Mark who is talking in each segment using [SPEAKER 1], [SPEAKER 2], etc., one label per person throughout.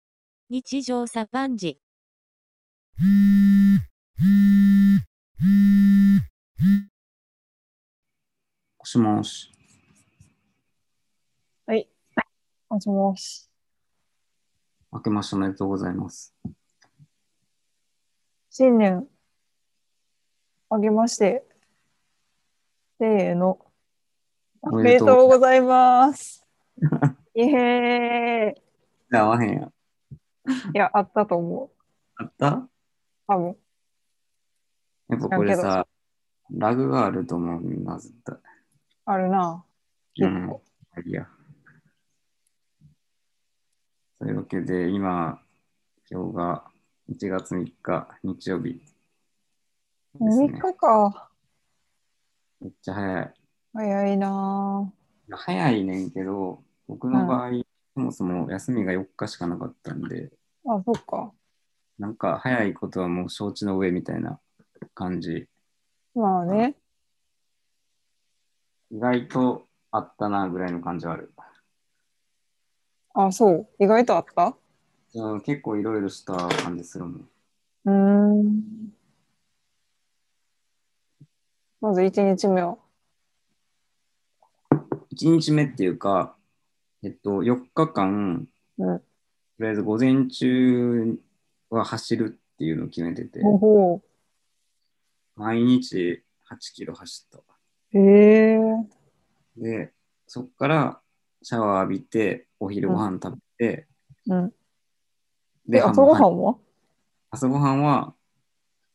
[SPEAKER 1] 日常茶飯事。
[SPEAKER 2] もしもし。
[SPEAKER 3] もしもし。
[SPEAKER 2] 明けましておめでとうございます。
[SPEAKER 3] 新年、あげまして、せーの。
[SPEAKER 2] お
[SPEAKER 3] お
[SPEAKER 2] め
[SPEAKER 3] め
[SPEAKER 2] で
[SPEAKER 3] で
[SPEAKER 2] とう
[SPEAKER 3] とうございます。イエーイ。
[SPEAKER 2] じゃあ、合わへんやん。
[SPEAKER 3] いや、あったと思う。
[SPEAKER 2] あった
[SPEAKER 3] 多分。
[SPEAKER 2] やっぱこれさ、ラグがあると思う、なぜだ。
[SPEAKER 3] あるな。
[SPEAKER 2] うん。いや。というわけで、今、今日が1月3日、日曜日です
[SPEAKER 3] 3
[SPEAKER 2] ね。
[SPEAKER 3] 日か。
[SPEAKER 2] めっちゃ早い。
[SPEAKER 3] 早いな。
[SPEAKER 2] 早いねんけど、僕の場合、そもそも休みが4日しかなかったんで、
[SPEAKER 3] あ、そっか。
[SPEAKER 2] なんか早いことはもう承知の上みたいな感じ。
[SPEAKER 3] まあね。
[SPEAKER 2] 意外とあったなぐらいの感じはある。
[SPEAKER 3] あ、そう。意外とあった
[SPEAKER 2] うん結構いろいろした感じするもん。
[SPEAKER 3] うーん。まず1日目は。
[SPEAKER 2] 1日目っていうか、えっと、4日間、
[SPEAKER 3] うん
[SPEAKER 2] とりあえず午前中は走るっていうのを決めてて、
[SPEAKER 3] おほ
[SPEAKER 2] 毎日8キロ走った。
[SPEAKER 3] う。へえー。
[SPEAKER 2] で、そっからシャワー浴びて、お昼ご飯食べて、
[SPEAKER 3] うん。
[SPEAKER 2] で、
[SPEAKER 3] え、朝ごはん
[SPEAKER 2] は
[SPEAKER 3] は
[SPEAKER 2] 朝ごはんは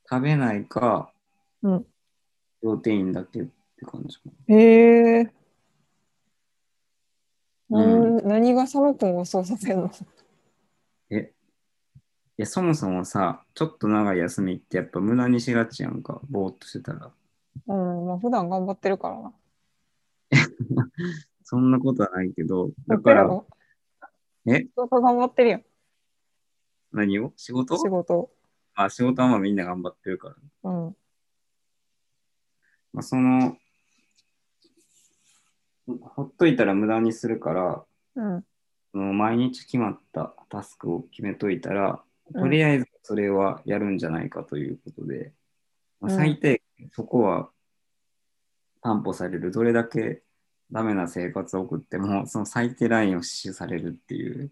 [SPEAKER 2] 食べないか、
[SPEAKER 3] うん
[SPEAKER 2] プロテインだけって感じかな。
[SPEAKER 3] へえ。
[SPEAKER 2] うん
[SPEAKER 3] なん何が佐野くんをそうさせるの
[SPEAKER 2] え、いや、そもそもさ、ちょっと長い休みってやっぱ無駄にしがちやんか、ぼーっとしてたら。
[SPEAKER 3] うん、まあ普段頑張ってるからな。
[SPEAKER 2] そんなことはないけど、だ
[SPEAKER 3] だ
[SPEAKER 2] か
[SPEAKER 3] からら、
[SPEAKER 2] え
[SPEAKER 3] 仕事頑張ってるやん、
[SPEAKER 2] 何を仕事
[SPEAKER 3] 仕事。
[SPEAKER 2] あ仕事はまあみんな頑張ってるから。
[SPEAKER 3] うん。
[SPEAKER 2] まあ、その、ほっといたら無駄にするから、
[SPEAKER 3] うん。
[SPEAKER 2] その毎日決まったタスクを決めといたら、
[SPEAKER 3] うん
[SPEAKER 2] とりあえずそれはやるんじゃないかということで、まあ
[SPEAKER 3] うん
[SPEAKER 2] 最低限そこは担保される、どれだけダメな生活を送っても、その最低ラインを死守されるっていう、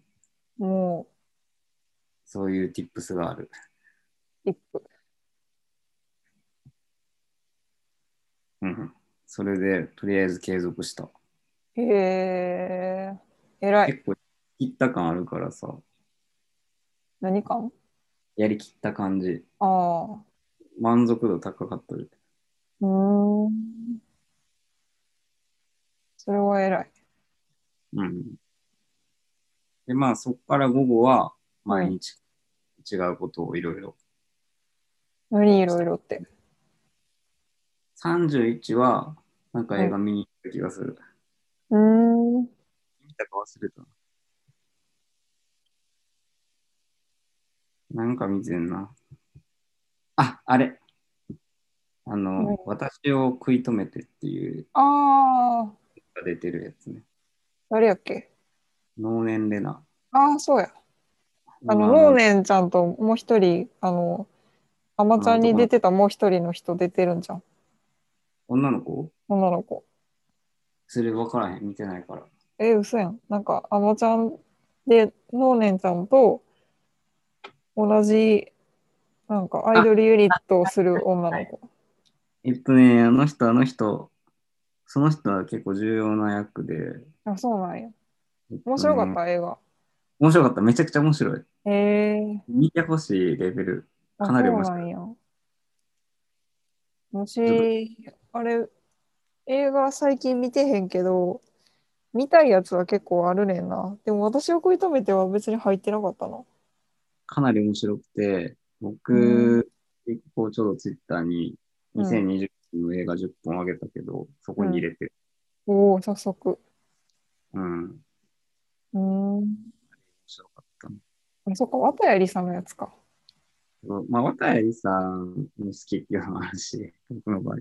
[SPEAKER 3] も
[SPEAKER 2] そういう tips がある。
[SPEAKER 3] う、一歩。
[SPEAKER 2] うん、それで、とりあえず継続した。
[SPEAKER 3] へえ。偉い。
[SPEAKER 2] 結構、切った感あるからさ、
[SPEAKER 3] 何か
[SPEAKER 2] やりきった感じ、
[SPEAKER 3] ああ。
[SPEAKER 2] 満足度高かったで。
[SPEAKER 3] うーん。それは偉い。
[SPEAKER 2] うん。で、まあ、そこから午後は、毎日違うことをいろいろ。
[SPEAKER 3] 何いろいろって。
[SPEAKER 2] 31は、なんか映画見に行った気がする。
[SPEAKER 3] うーん。
[SPEAKER 2] 見たか忘れたな。なんか見てんな。あ、あれ。あの、
[SPEAKER 3] うん
[SPEAKER 2] 私を食い止めてっていう、
[SPEAKER 3] ああ。
[SPEAKER 2] が出てるやつね。
[SPEAKER 3] 誰やっけ
[SPEAKER 2] 能年レナ。
[SPEAKER 3] ああ、そうや。あの、モーネンちゃんともう一人、あの、アマちゃんに出てたもう一人の人出てるんじゃん。
[SPEAKER 2] 女の子
[SPEAKER 3] 女の子。
[SPEAKER 2] それ分からへん。見てないから。
[SPEAKER 3] え、嘘やん。なんか、アマちゃんで、モーネンちゃんと同じ、なんか、アイドルユニットをする女の子。
[SPEAKER 2] えっとね、あの人、あの人、その人は結構重要な役で。
[SPEAKER 3] あ、そうなんや。
[SPEAKER 2] えっとね
[SPEAKER 3] 面白かった、映画。
[SPEAKER 2] 面白かった。めちゃくちゃ面白い。
[SPEAKER 3] へえ
[SPEAKER 2] 見てほしいレベル。か
[SPEAKER 3] あ、そ
[SPEAKER 2] な
[SPEAKER 3] う
[SPEAKER 2] り面
[SPEAKER 3] な
[SPEAKER 2] 白
[SPEAKER 3] んや。もし、あれ、映画最近見てへんけど、見たいやつは結構あるねんな。でも私を食い止めては別に入ってなかったな。
[SPEAKER 2] かなり面白くて、
[SPEAKER 3] う
[SPEAKER 2] 僕、結構ちょうどツイッターに
[SPEAKER 3] うん
[SPEAKER 2] 2020年の映画10本あげたけど、そこに入れてる。
[SPEAKER 3] おお、早速。
[SPEAKER 2] うん。面
[SPEAKER 3] うーん。
[SPEAKER 2] 白かったな。
[SPEAKER 3] あ、そっか、綿谷りさんのやつか。
[SPEAKER 2] そうまあ、渡谷さんも好きっていうのもあるし、 僕の場合、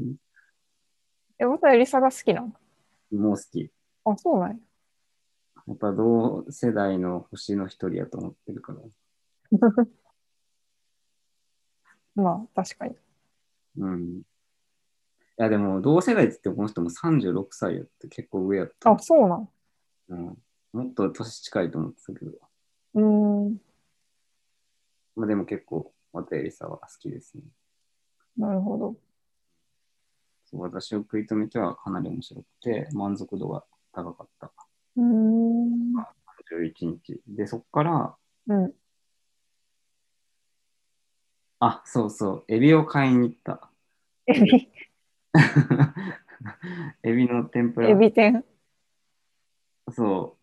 [SPEAKER 3] え、綿谷りさが好きなの
[SPEAKER 2] もう好き。
[SPEAKER 3] あ、そうなんや。
[SPEAKER 2] やっぱ同世代の星の一人やと思ってるから。
[SPEAKER 3] まあ、確かに。
[SPEAKER 2] うん。いや、でも、同世代って言ってもこの人も36歳やって結構上やった。
[SPEAKER 3] あ、そうなん。
[SPEAKER 2] うん、もっと年近いと思ってたけど、
[SPEAKER 3] うーん、
[SPEAKER 2] まあ、でも結構、綿谷りさは好きですね。
[SPEAKER 3] なるほど。
[SPEAKER 2] そう私を食い止めてはかなり面白くて、満足度が高かった。
[SPEAKER 3] うーん。
[SPEAKER 2] 11日。で、そこから、
[SPEAKER 3] うん。
[SPEAKER 2] あ、そうそう、エビを買いに行った。
[SPEAKER 3] エビ、
[SPEAKER 2] エビの天ぷら。
[SPEAKER 3] エビ天。
[SPEAKER 2] そ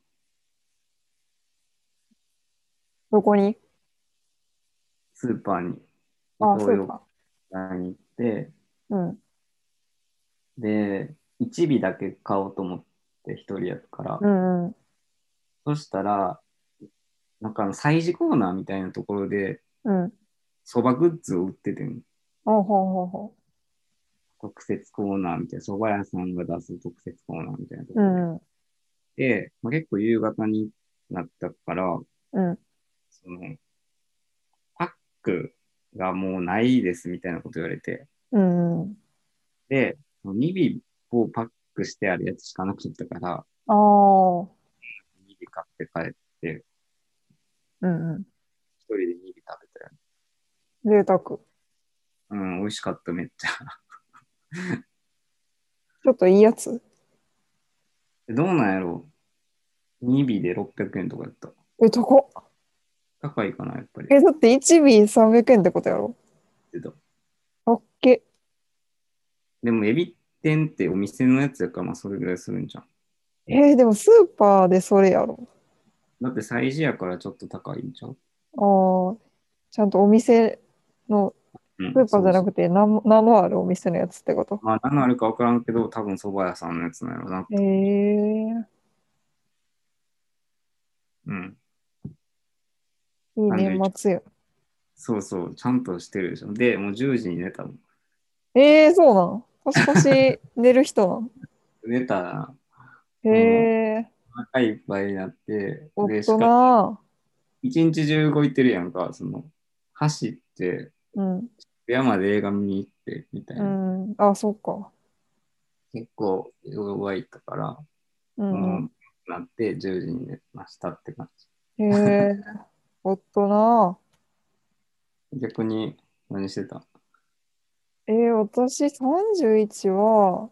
[SPEAKER 3] どこに
[SPEAKER 2] う、スーパーに、
[SPEAKER 3] あ、
[SPEAKER 2] イト
[SPEAKER 3] そ
[SPEAKER 2] ー
[SPEAKER 3] う
[SPEAKER 2] ヨー
[SPEAKER 3] か。
[SPEAKER 2] カドーに行って、
[SPEAKER 3] うん。
[SPEAKER 2] で、1尾だけ買おうと思って、一人やったから、
[SPEAKER 3] うんうん。
[SPEAKER 2] そしたら、なんかあの、催事コーナーみたいなところで、
[SPEAKER 3] うん。
[SPEAKER 2] そばグッズを売っててん、
[SPEAKER 3] ほうほうほうほ
[SPEAKER 2] 特設コーナーみたいな、そば屋さんが出す特設コーナーみたいなとこ
[SPEAKER 3] う。う
[SPEAKER 2] ろ
[SPEAKER 3] んうん。
[SPEAKER 2] で、まあ、結構夕方になったから、
[SPEAKER 3] うん。
[SPEAKER 2] その、パックがもうないですみたいなこと言われて、
[SPEAKER 3] うんうん。
[SPEAKER 2] で、その2尾をパックしてあるやつしかなかったから、
[SPEAKER 3] ああ。
[SPEAKER 2] 2尾買って帰って、
[SPEAKER 3] うんうん。
[SPEAKER 2] 一人で2尾食べたよ。
[SPEAKER 3] 贅沢。ちょ
[SPEAKER 2] うん、美味しかった、めっちゃ。
[SPEAKER 3] っといいやつ。
[SPEAKER 2] どうなんやろう ?2 尾で600円とかやった。
[SPEAKER 3] え、どこ
[SPEAKER 2] 高いかな、やっぱり。
[SPEAKER 3] え、だって1尾300円ってことやろ。
[SPEAKER 2] けど
[SPEAKER 3] オッケ
[SPEAKER 2] でも、エビ天ってお店のやつやから、まあ、それぐらいするんじゃん。
[SPEAKER 3] ー。えーでもスーパーでそれやろ。
[SPEAKER 2] だって、催事やからちょっと高いんじゃん。
[SPEAKER 3] ああ、ちゃんとお店の、
[SPEAKER 2] うん、
[SPEAKER 3] スーパーじゃな
[SPEAKER 2] て。
[SPEAKER 3] くて名も名のあるお店のやつってこと。
[SPEAKER 2] まあ、何のあるか分からんけど、多分蕎麦屋さんのやつなんやろな。
[SPEAKER 3] えー、
[SPEAKER 2] うん。
[SPEAKER 3] いい年末や。
[SPEAKER 2] そうそう、ちゃんとしてるでしょ。で、もう10時に寝たもん。
[SPEAKER 3] ええー、そうなん。年 越し寝る人なん。
[SPEAKER 2] 寝たら、
[SPEAKER 3] へえ
[SPEAKER 2] お腹いっぱいになって、
[SPEAKER 3] ー、
[SPEAKER 2] で、し
[SPEAKER 3] 大
[SPEAKER 2] かも
[SPEAKER 3] 人。
[SPEAKER 2] 一日中動いてるやんか、その、走って、
[SPEAKER 3] うん、
[SPEAKER 2] 山で映画見に行って、みたいうな。
[SPEAKER 3] ん、あ、そうか。
[SPEAKER 2] 結構、弱いたから、
[SPEAKER 3] う、
[SPEAKER 2] うん
[SPEAKER 3] うん
[SPEAKER 2] ん、なって、10時に寝ましたって感じ。。
[SPEAKER 3] へえー、 大人。
[SPEAKER 2] 逆に、何してた
[SPEAKER 3] えー、私31は、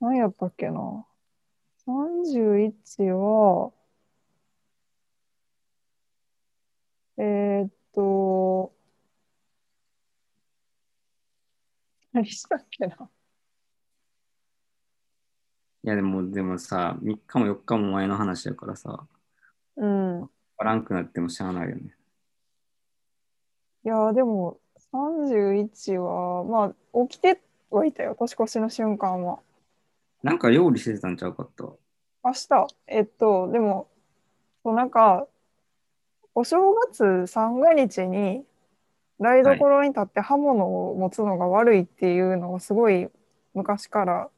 [SPEAKER 3] 何やったっけな。31は、えーっと、何したっけな。
[SPEAKER 2] いや、でも、でもさ、3日も4日も前の話やからさ、
[SPEAKER 3] うん。
[SPEAKER 2] バランくなってもしゃあないよね。
[SPEAKER 3] いやー、でも、31は、まあ、起きてはいたよ。年越しの瞬間は。
[SPEAKER 2] なんか料理してたんちゃうかった。
[SPEAKER 3] 明日、えっと、でも、そうなんか、お正月三が日に台所に立って刃物を持つのが悪いっていうのをすごい昔から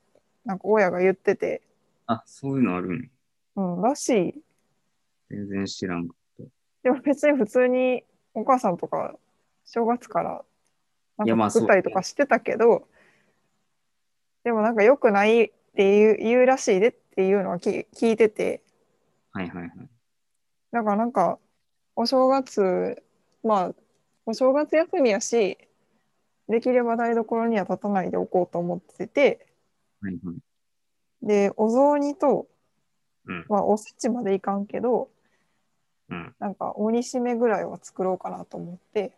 [SPEAKER 3] なんか親が言ってて、
[SPEAKER 2] あ、そういうのあるん。
[SPEAKER 3] うん、らしい。
[SPEAKER 2] 全然知らん。
[SPEAKER 3] でも別に普通にお母さんとか正月から
[SPEAKER 2] いや
[SPEAKER 3] な
[SPEAKER 2] ま
[SPEAKER 3] ん
[SPEAKER 2] あ
[SPEAKER 3] か作ったりとかしてたけど、でもなんか良くないっていう言うらしいでっていうのはき聞いてて、
[SPEAKER 2] はいはいはい。
[SPEAKER 3] だからなんかお正月まあお正月休みやしできれば台所には立たないでおこうと思ってて
[SPEAKER 2] はいはい。
[SPEAKER 3] でお雑煮と、
[SPEAKER 2] うん
[SPEAKER 3] まあ、おせちまでいかんけど
[SPEAKER 2] うん。
[SPEAKER 3] なんか鬼しめぐらいは作ろうかなと思って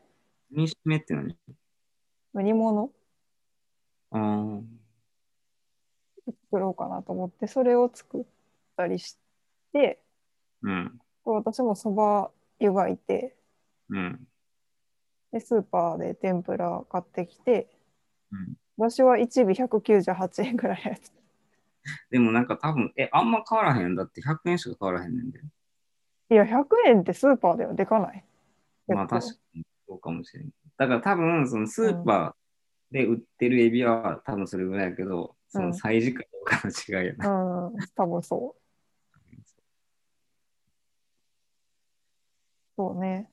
[SPEAKER 2] 煮しめって何
[SPEAKER 3] 煮物
[SPEAKER 2] あ
[SPEAKER 3] 作ろうかなと思ってそれを作ったりして
[SPEAKER 2] あ。うん。
[SPEAKER 3] 私もそば湯がいて
[SPEAKER 2] うん。
[SPEAKER 3] でスーパーで天ぷら買ってきて
[SPEAKER 2] うん、
[SPEAKER 3] 私は1尾198円ぐらいのやつ
[SPEAKER 2] でもなんか多分、え、あんま変わらへん。だって100円しか変わらへんねんで。
[SPEAKER 3] いや、100円ってスーパーではでかない。
[SPEAKER 2] まあ確か
[SPEAKER 3] 結
[SPEAKER 2] にそうかもしれん。だから多分、そのスーパーで売ってるエビは多分それぐらいやけど、その催事かどうかの違いやな。
[SPEAKER 3] 構うん、多分そう。そうね。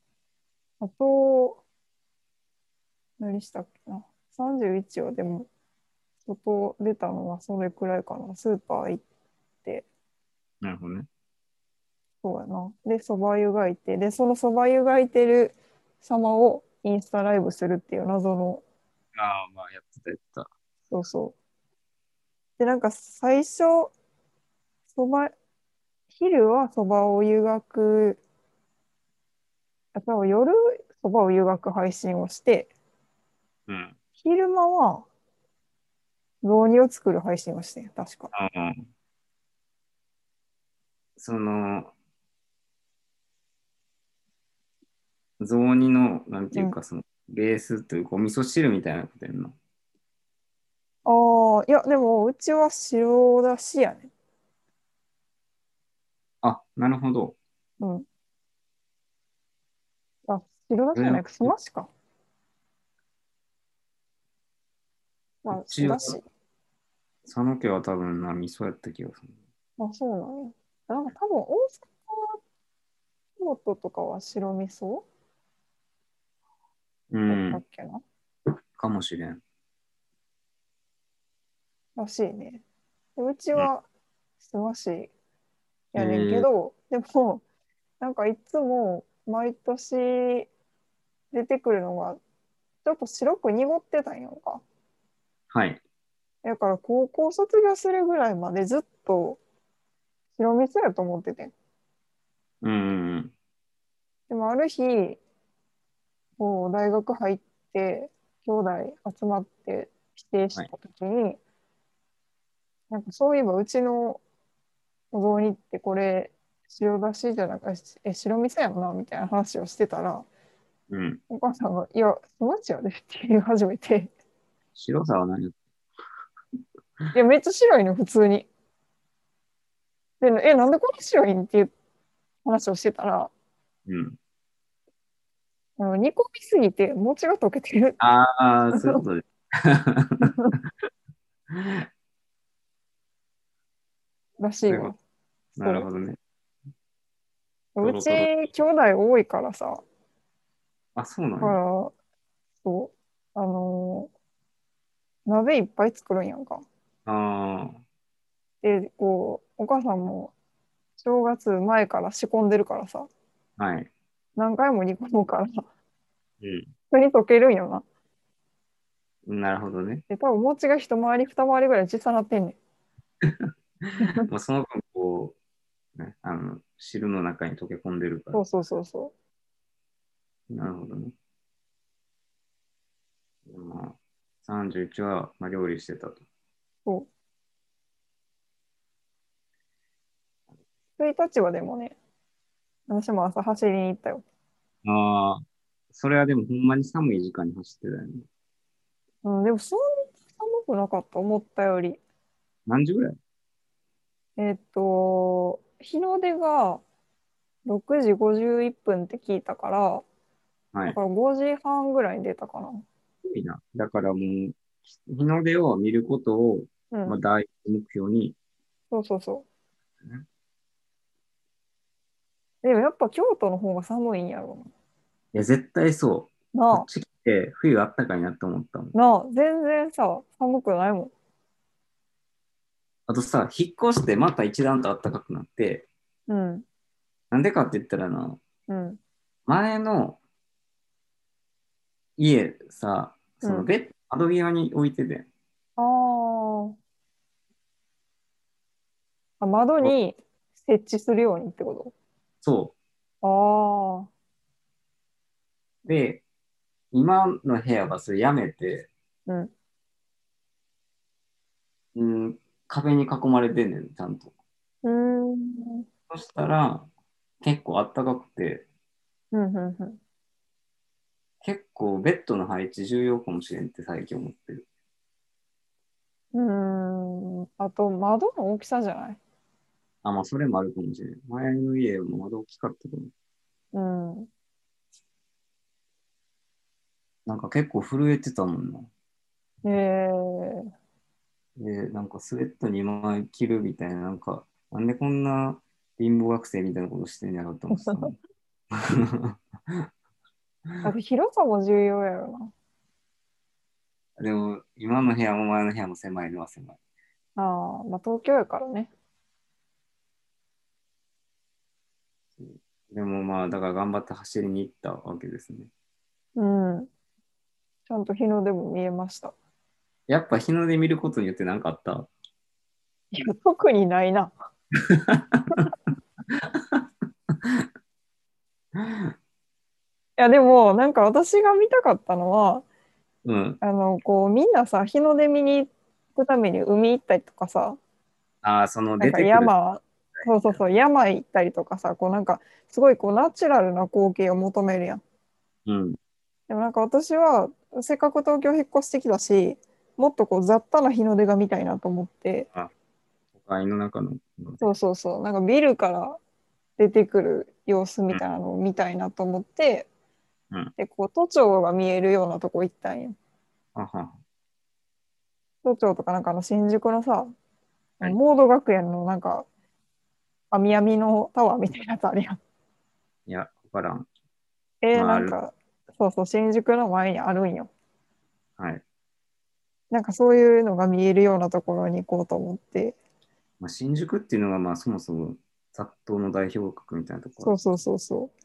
[SPEAKER 3] あと、何したっけな。31はでも、外出たのはそれくらいかな。スーパー行っ
[SPEAKER 2] なるほどね。
[SPEAKER 3] そうやな。で、そば湯がいて、で、そのそば湯がいてる様をインスタライブするっていう謎の、
[SPEAKER 2] ああ、まあ、やってた、やってた。
[SPEAKER 3] そうそう。で、なんか最初、そば、昼はそばを湯がく、あ、多分夜、そばを湯がく配信をして、
[SPEAKER 2] うん。
[SPEAKER 3] 昼間は、雑煮を作る配信をしてん、確か。
[SPEAKER 2] ああ。その、雑煮の、なんていうか、その、ベースというか、お味噌汁みたいなことやんの。
[SPEAKER 3] ああ、いや、でも、うちは白だしやね。
[SPEAKER 2] あ、なるほど。
[SPEAKER 3] うん。あ、白だしじゃなく、すましか。まあ、
[SPEAKER 2] うち
[SPEAKER 3] 白
[SPEAKER 2] は
[SPEAKER 3] だし。
[SPEAKER 2] 佐野家は多分な、味噌やった気がする。
[SPEAKER 3] あ、そうなんや。なんか多分、大阪は、京都とかは白味噌
[SPEAKER 2] う
[SPEAKER 3] だっ
[SPEAKER 2] ん、
[SPEAKER 3] たっけな、
[SPEAKER 2] かもしれん。
[SPEAKER 3] らしいね。でうちは、すましやねんけど、でも、なんかいつも、毎年出てくるのが、ちょっと白く濁ってたんやんか。
[SPEAKER 2] はい。
[SPEAKER 3] だから高校卒業するぐらいまでずっと白味噌やと思ってて。
[SPEAKER 2] うんうんうん。
[SPEAKER 3] でもある日、こう大学入って、兄弟集まって帰省した時に、なんかそういえばうちのお雑煮ってこれ白だしじゃなくて、え、白味噌やんなみたいな話をしてたら、
[SPEAKER 2] うん。
[SPEAKER 3] お母さんが、いや、すまちやでって言い始めて、
[SPEAKER 2] 白さは何
[SPEAKER 3] いや、めっちゃ白いの、普通に。で、え、なんでこんな白いんっていう話をしてたら、
[SPEAKER 2] うん。
[SPEAKER 3] あの煮込みすぎて餅が溶けてる。
[SPEAKER 2] ああ、そういうこと です。
[SPEAKER 3] らしいわ。
[SPEAKER 2] なるほどね。
[SPEAKER 3] そ
[SPEAKER 2] ど
[SPEAKER 3] ううち、兄弟多いからさ、
[SPEAKER 2] あ、そうな
[SPEAKER 3] だ
[SPEAKER 2] ん
[SPEAKER 3] か
[SPEAKER 2] や。
[SPEAKER 3] ら、そう、あのー鍋いっぱい作るんやんか。
[SPEAKER 2] ああ、
[SPEAKER 3] で、こう、お母さんも、正月前から仕込んでるからさ、
[SPEAKER 2] はい。
[SPEAKER 3] 何回も煮込むから、
[SPEAKER 2] うん
[SPEAKER 3] 普通に溶けるんよな。
[SPEAKER 2] なるほどね。
[SPEAKER 3] で、多分餅が一回り二回りぐらい小さなってんねん。
[SPEAKER 2] まあ、その分、こう、ね、あの、汁の中に溶け込んでるか
[SPEAKER 3] そ
[SPEAKER 2] ら
[SPEAKER 3] う。そうそうそう。
[SPEAKER 2] なるほどね。まあ、31は、まあ、料理してたと。
[SPEAKER 3] そう。1日はでもね、私も朝走りに行ったよ。
[SPEAKER 2] ああ、それはでも、ほんまに寒い時間に走ってたよね。
[SPEAKER 3] うん、でもそんな寒くなかった、思ったより。
[SPEAKER 2] 何時ぐらい
[SPEAKER 3] えーっと、日の出が6時51分って聞いたから、
[SPEAKER 2] はい
[SPEAKER 3] だから5時半ぐらいに出たか
[SPEAKER 2] すごいな。だからもう、日の出を見ることを、
[SPEAKER 3] な。うん、
[SPEAKER 2] まあ、第一目標に、
[SPEAKER 3] そうそうそうう。でもやっぱ京都の方が寒いんやろ
[SPEAKER 2] いや、絶対そう。
[SPEAKER 3] うな。
[SPEAKER 2] こ
[SPEAKER 3] な
[SPEAKER 2] っち来て、冬あったかいなって思ったもん。
[SPEAKER 3] あ、なあ、全然さ、寒くないも
[SPEAKER 2] あとさ、引っ越してまた一段とあったかくなって、
[SPEAKER 3] ん。うん、
[SPEAKER 2] なんでかって言ったらな、
[SPEAKER 3] うん、
[SPEAKER 2] 前の家さ、その
[SPEAKER 3] うん
[SPEAKER 2] ベッド、窓際に置いてて、
[SPEAKER 3] ああ。あ、窓に設置するようにってこ
[SPEAKER 2] そ
[SPEAKER 3] と
[SPEAKER 2] う。で、今の部屋はそれやめて、
[SPEAKER 3] ああ。うん。
[SPEAKER 2] うん、壁に囲まれてんねん、ちゃんと。
[SPEAKER 3] うーん。
[SPEAKER 2] そしたら、結構あったかくて、
[SPEAKER 3] うん、うん、うん。
[SPEAKER 2] 結構ベッドの配置重要かもしれんって最近思ってる。
[SPEAKER 3] うーんあと窓の大きさじゃない
[SPEAKER 2] あ、まあそれもあるかもしれん。前の家も窓大きかったけど、
[SPEAKER 3] うん。
[SPEAKER 2] なんか結構震えてたもんな。
[SPEAKER 3] ええ
[SPEAKER 2] で、なんかスウェット2枚着るみたいな、なんか、なんでこん な貧乏学生みたいなことしてんやろって思ってたもん。
[SPEAKER 3] あと広さも重要やろ
[SPEAKER 2] でも、今の部屋も前の部屋も狭いのは狭い。
[SPEAKER 3] な。ああ、まあ東京やからね。
[SPEAKER 2] でもまあ、だから頑張って走りに行ったわけですね。
[SPEAKER 3] うん。ちゃんと日の出も見えました。
[SPEAKER 2] やっぱ日の出見ることによって何かあった
[SPEAKER 3] いや、特にないな。いや、でも、なんか私が見たかったのは、
[SPEAKER 2] うん。
[SPEAKER 3] あの、こう、みんなさ、日の出見に行くために海行ったりとかさ、
[SPEAKER 2] ああ、その
[SPEAKER 3] な
[SPEAKER 2] 出
[SPEAKER 3] ん
[SPEAKER 2] て
[SPEAKER 3] か
[SPEAKER 2] くる。
[SPEAKER 3] 山、そうそうそう、山行ったりとかさ、こうなんか、すごいこう、ナチュラルな光景を求めるやん。
[SPEAKER 2] うん。
[SPEAKER 3] でもなんか私は、せっかく東京引っ越してきたし、もっとこう、雑多な日の出が見たいなと思って、
[SPEAKER 2] 都会の中の。
[SPEAKER 3] そうそうそう、なんかビルから出てくる様子みたいなのを見たいなと思って、
[SPEAKER 2] うん
[SPEAKER 3] で、こう、都庁が見えるようなとこ行ったんや。
[SPEAKER 2] あは。
[SPEAKER 3] 都庁とかなんかあの新宿のさ、
[SPEAKER 2] はい
[SPEAKER 3] モード学園のなんか、網網のタワーみたいなやつあるやん。
[SPEAKER 2] いや、わからん。
[SPEAKER 3] えー
[SPEAKER 2] まあ
[SPEAKER 3] なんか、そうそう、新宿の前にあるんよ。
[SPEAKER 2] はい。
[SPEAKER 3] なんかそういうのが見えるようなところに行こうと思って、
[SPEAKER 2] まあ、新宿っていうのが、まあ、そもそも雑踏の代表格みたいなとこ
[SPEAKER 3] そ
[SPEAKER 2] ろ。
[SPEAKER 3] うそうそうそう。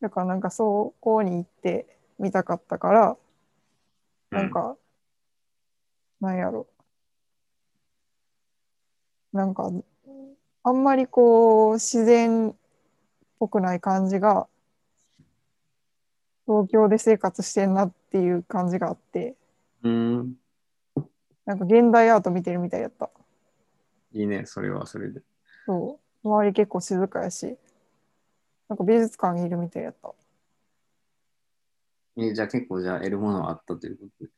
[SPEAKER 3] だからなんかそこに行ってみたかったから、なんか、なんやろ。なんか、あんまりこう、自然っぽくない感じが、東京で生活してんなっていう感じがあって、
[SPEAKER 2] うん。うん。
[SPEAKER 3] なんか現代アート見てるみたいやった。
[SPEAKER 2] いいね、それはそれで。
[SPEAKER 3] そう。周り結構静かやし、なんか美術館にいるみたいやった。
[SPEAKER 2] えじゃあ結構、じゃあ得るものはあったということで。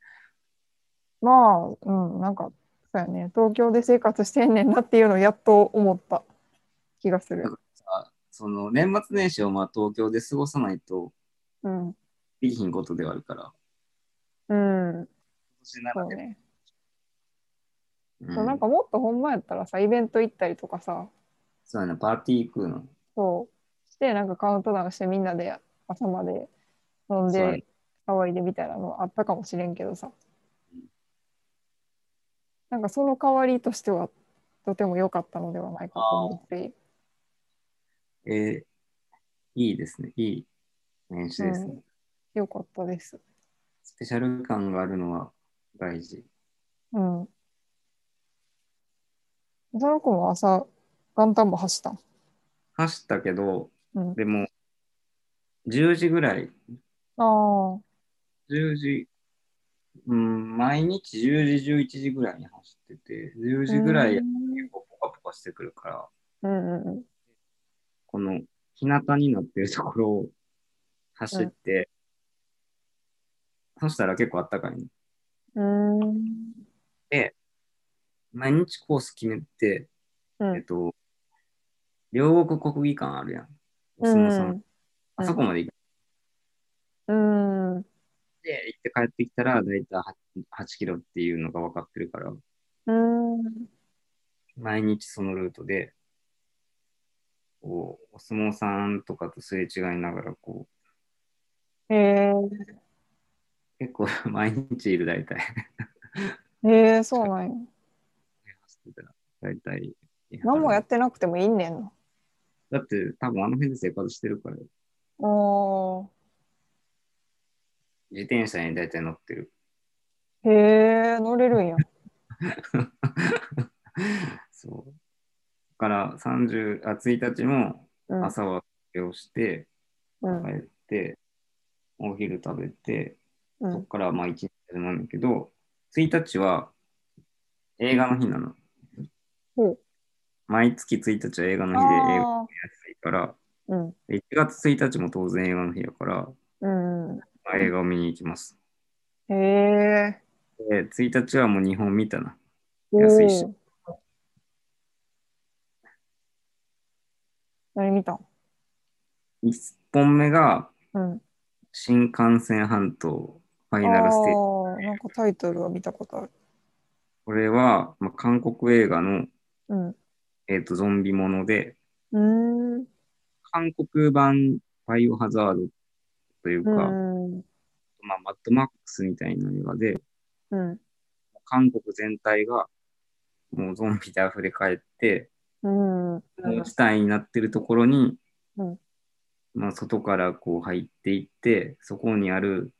[SPEAKER 3] まあ、うん、なんか、そうやね、東京で生活してんねんなっていうのをやっと思った気がする。
[SPEAKER 2] さその年末年始をまあ東京で過ごさないと
[SPEAKER 3] うん。
[SPEAKER 2] できひんことではあるから、今
[SPEAKER 3] うん、
[SPEAKER 2] 年な
[SPEAKER 3] そ
[SPEAKER 2] ら
[SPEAKER 3] う
[SPEAKER 2] では。
[SPEAKER 3] ね。
[SPEAKER 2] う
[SPEAKER 3] そうなん
[SPEAKER 2] ん
[SPEAKER 3] かもっとほんまやったらさイベント行ったりとかさ
[SPEAKER 2] そうやな、パーティー行くの。
[SPEAKER 3] そうしてなんかカウントダウンしてみんなで朝まで飲ん
[SPEAKER 2] そうやね
[SPEAKER 3] で騒いでみたいなのあったかもしれんけどさ
[SPEAKER 2] うん
[SPEAKER 3] なんかその代わりとしてはとても良かったのではないかと思って
[SPEAKER 2] えーいいですね。いい年始ですね。
[SPEAKER 3] う良かったです。
[SPEAKER 2] スペシャル感があるのは大事。
[SPEAKER 3] うん。その子も朝元旦も走ったん。
[SPEAKER 2] 走ったけど、
[SPEAKER 3] うん、
[SPEAKER 2] でも、10時ぐらい、
[SPEAKER 3] ああ
[SPEAKER 2] 10時、うん、毎日10時、11時ぐらいに走ってて、10時ぐらい
[SPEAKER 3] うん
[SPEAKER 2] 結構ポカポカしてくるから、
[SPEAKER 3] うんうんうん
[SPEAKER 2] この日向になってるところを走って、そしたら結構あったかい、ね。
[SPEAKER 3] うーん
[SPEAKER 2] 毎日コース決めて、
[SPEAKER 3] うん
[SPEAKER 2] えっと、両国国技館あるやん。
[SPEAKER 3] う
[SPEAKER 2] そもそも、
[SPEAKER 3] ん
[SPEAKER 2] あそこまで行っ
[SPEAKER 3] うんうん
[SPEAKER 2] て、行って帰ってきたら、だいたい 8, 8キロっていうのが分かってるから、
[SPEAKER 3] うん
[SPEAKER 2] 毎日そのルートで、こう、お相撲さんとかとすれ違いながら、こう、
[SPEAKER 3] へえ
[SPEAKER 2] 結構 毎日いる、大体。
[SPEAKER 3] へえそうなんや。
[SPEAKER 2] 走ってたら大体。
[SPEAKER 3] 何もやってなくてもいいんねんな。
[SPEAKER 2] だって、多分あの辺で生活してるから、
[SPEAKER 3] お
[SPEAKER 2] 自転車に大体乗ってる。
[SPEAKER 3] ーへえ、乗れるんや。
[SPEAKER 2] そう。だから、30、あ、1日も
[SPEAKER 3] うん。
[SPEAKER 2] 朝は起業して、
[SPEAKER 3] うん
[SPEAKER 2] 帰って、お昼食べて、
[SPEAKER 3] う
[SPEAKER 2] そこ
[SPEAKER 3] ん、
[SPEAKER 2] からまあ1日なんだけど、1日は映画の日なの。
[SPEAKER 3] ほう
[SPEAKER 2] 毎月1日は映画の日で映画の日や
[SPEAKER 3] あ
[SPEAKER 2] すいから、
[SPEAKER 3] ーうん。
[SPEAKER 2] で1月1日も当然映画の日だから、
[SPEAKER 3] うん。
[SPEAKER 2] まあ映画を見に行きます。
[SPEAKER 3] へえ。
[SPEAKER 2] で、1日はもう日本見たな。安いし
[SPEAKER 3] おー何見たん
[SPEAKER 2] 1本目が
[SPEAKER 3] うん。
[SPEAKER 2] 新幹線半島ファイ
[SPEAKER 3] あ
[SPEAKER 2] ナルステージ。
[SPEAKER 3] ーなんかタイトルは見たことある。
[SPEAKER 2] これは、まあ、韓国映画の、
[SPEAKER 3] うん。
[SPEAKER 2] えー、とゾンビもので、
[SPEAKER 3] うーん。
[SPEAKER 2] 韓国版バイオハザードというか、
[SPEAKER 3] うん。
[SPEAKER 2] まあ、マッドマックスみたいな映画で、
[SPEAKER 3] うん。
[SPEAKER 2] 韓国全体がもうゾンビで溢れ返って、
[SPEAKER 3] うん。うん。
[SPEAKER 2] もう事態になってるところに、
[SPEAKER 3] うん
[SPEAKER 2] まあ、外からこう入っていって、そこにある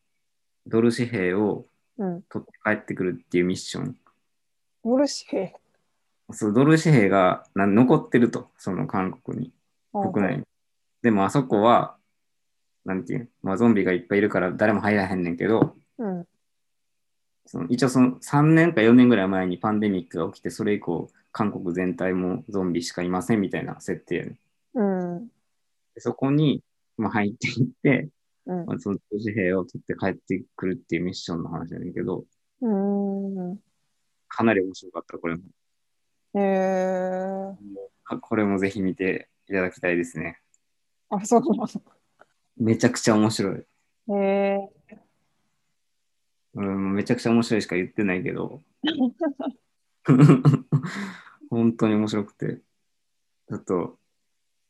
[SPEAKER 2] ドル紙幣を
[SPEAKER 3] うん。
[SPEAKER 2] 取って帰ってくるっていうミッション。
[SPEAKER 3] おるし。
[SPEAKER 2] そうドル紙幣がな残ってると、その韓国に。国内に。でもあそこは、なんていう、まあ、ゾンビがいっぱいいるから誰も入らへんねんけど、
[SPEAKER 3] うん。
[SPEAKER 2] その一応その3年か4年ぐらい前にパンデミックが起きて、それ以降、韓国全体もゾンビしかいませんみたいな設定やねん
[SPEAKER 3] うん。
[SPEAKER 2] でそこに、まあ、入っていって、
[SPEAKER 3] うん
[SPEAKER 2] まあ、その紙幣を取って帰ってくるっていうミッションの話やねんけど、
[SPEAKER 3] うん。
[SPEAKER 2] かなり面白かった、これも。
[SPEAKER 3] へえ。
[SPEAKER 2] かこれもぜひ見ていただきたいですね。
[SPEAKER 3] あ、そうな
[SPEAKER 2] めちゃくちゃ面白い。
[SPEAKER 3] の。へえ。
[SPEAKER 2] うん、めちゃくちゃ面白いしか言ってないけ ど。本当に面白くて。ちょっと、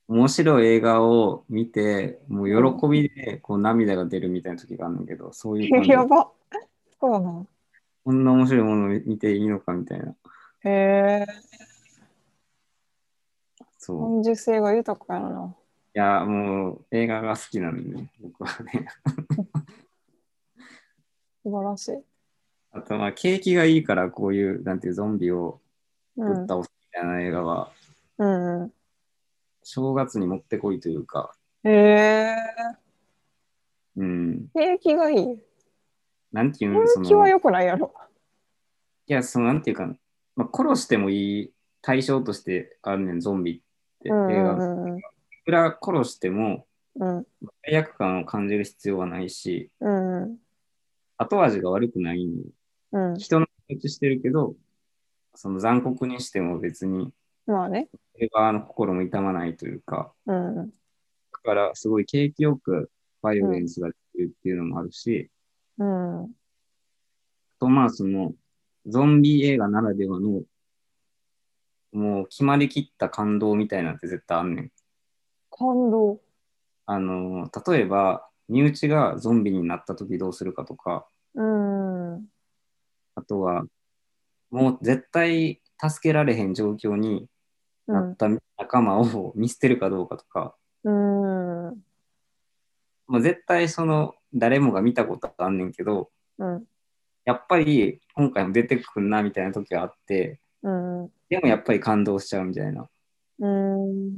[SPEAKER 2] 面白い映画を見て、もう喜びでこう涙が出るみたいな時があるんだけど、そういう感じ。
[SPEAKER 3] やば。そうなの。
[SPEAKER 2] こんな面白いものを見ていいのかみたいな。
[SPEAKER 3] へえ。
[SPEAKER 2] そう。い
[SPEAKER 3] 感受性が豊かやな。
[SPEAKER 2] や、もう映画が好きなんでね、僕はね。
[SPEAKER 3] 素晴らしい。
[SPEAKER 2] あと、まあ、景気がいいから、こういう、なんていう、ゾンビを
[SPEAKER 3] う
[SPEAKER 2] ぶっ
[SPEAKER 3] ん。
[SPEAKER 2] 倒すみたいな映画は、
[SPEAKER 3] うんう
[SPEAKER 2] 正月にもってこいというか、
[SPEAKER 3] ん。へえ。
[SPEAKER 2] うん、
[SPEAKER 3] 景気がいい。
[SPEAKER 2] なんていうの、そ
[SPEAKER 3] 景気
[SPEAKER 2] の、
[SPEAKER 3] はい良くないやろ。
[SPEAKER 2] や、その、なんていうかな、まあ、殺してもいい対象としてあるねん、ゾンビって、映
[SPEAKER 3] うんう
[SPEAKER 2] 画。い
[SPEAKER 3] んうん
[SPEAKER 2] くら殺しても、
[SPEAKER 3] うん
[SPEAKER 2] 罪悪感を感じる必要はないし、
[SPEAKER 3] うんうん
[SPEAKER 2] 後味が悪くないんで
[SPEAKER 3] うん。
[SPEAKER 2] 人の形してるけど、その残酷にしても別に、
[SPEAKER 3] まあね。
[SPEAKER 2] 映画の心も痛まないというか、
[SPEAKER 3] うんうん
[SPEAKER 2] だからすごい景気よくバイオレンスができるっていうのもあるし、
[SPEAKER 3] うん
[SPEAKER 2] とまあそのゾンビ映画ならではのもう決まりきった感動みたいなんて絶対あんねん。
[SPEAKER 3] 感動。
[SPEAKER 2] あの例えば身内がゾンビになった時どうするかとか
[SPEAKER 3] うん。うん
[SPEAKER 2] あとはもう絶対助けられへん状況になった仲間を見捨てるかどうかとか、
[SPEAKER 3] うん。うん。
[SPEAKER 2] まあ、絶対その誰もが見たことあんねんけど
[SPEAKER 3] うん。
[SPEAKER 2] やっぱり今回も出てくんなみたいな時があって
[SPEAKER 3] うん。
[SPEAKER 2] でもやっぱり感動しちゃうみたいな
[SPEAKER 3] うん。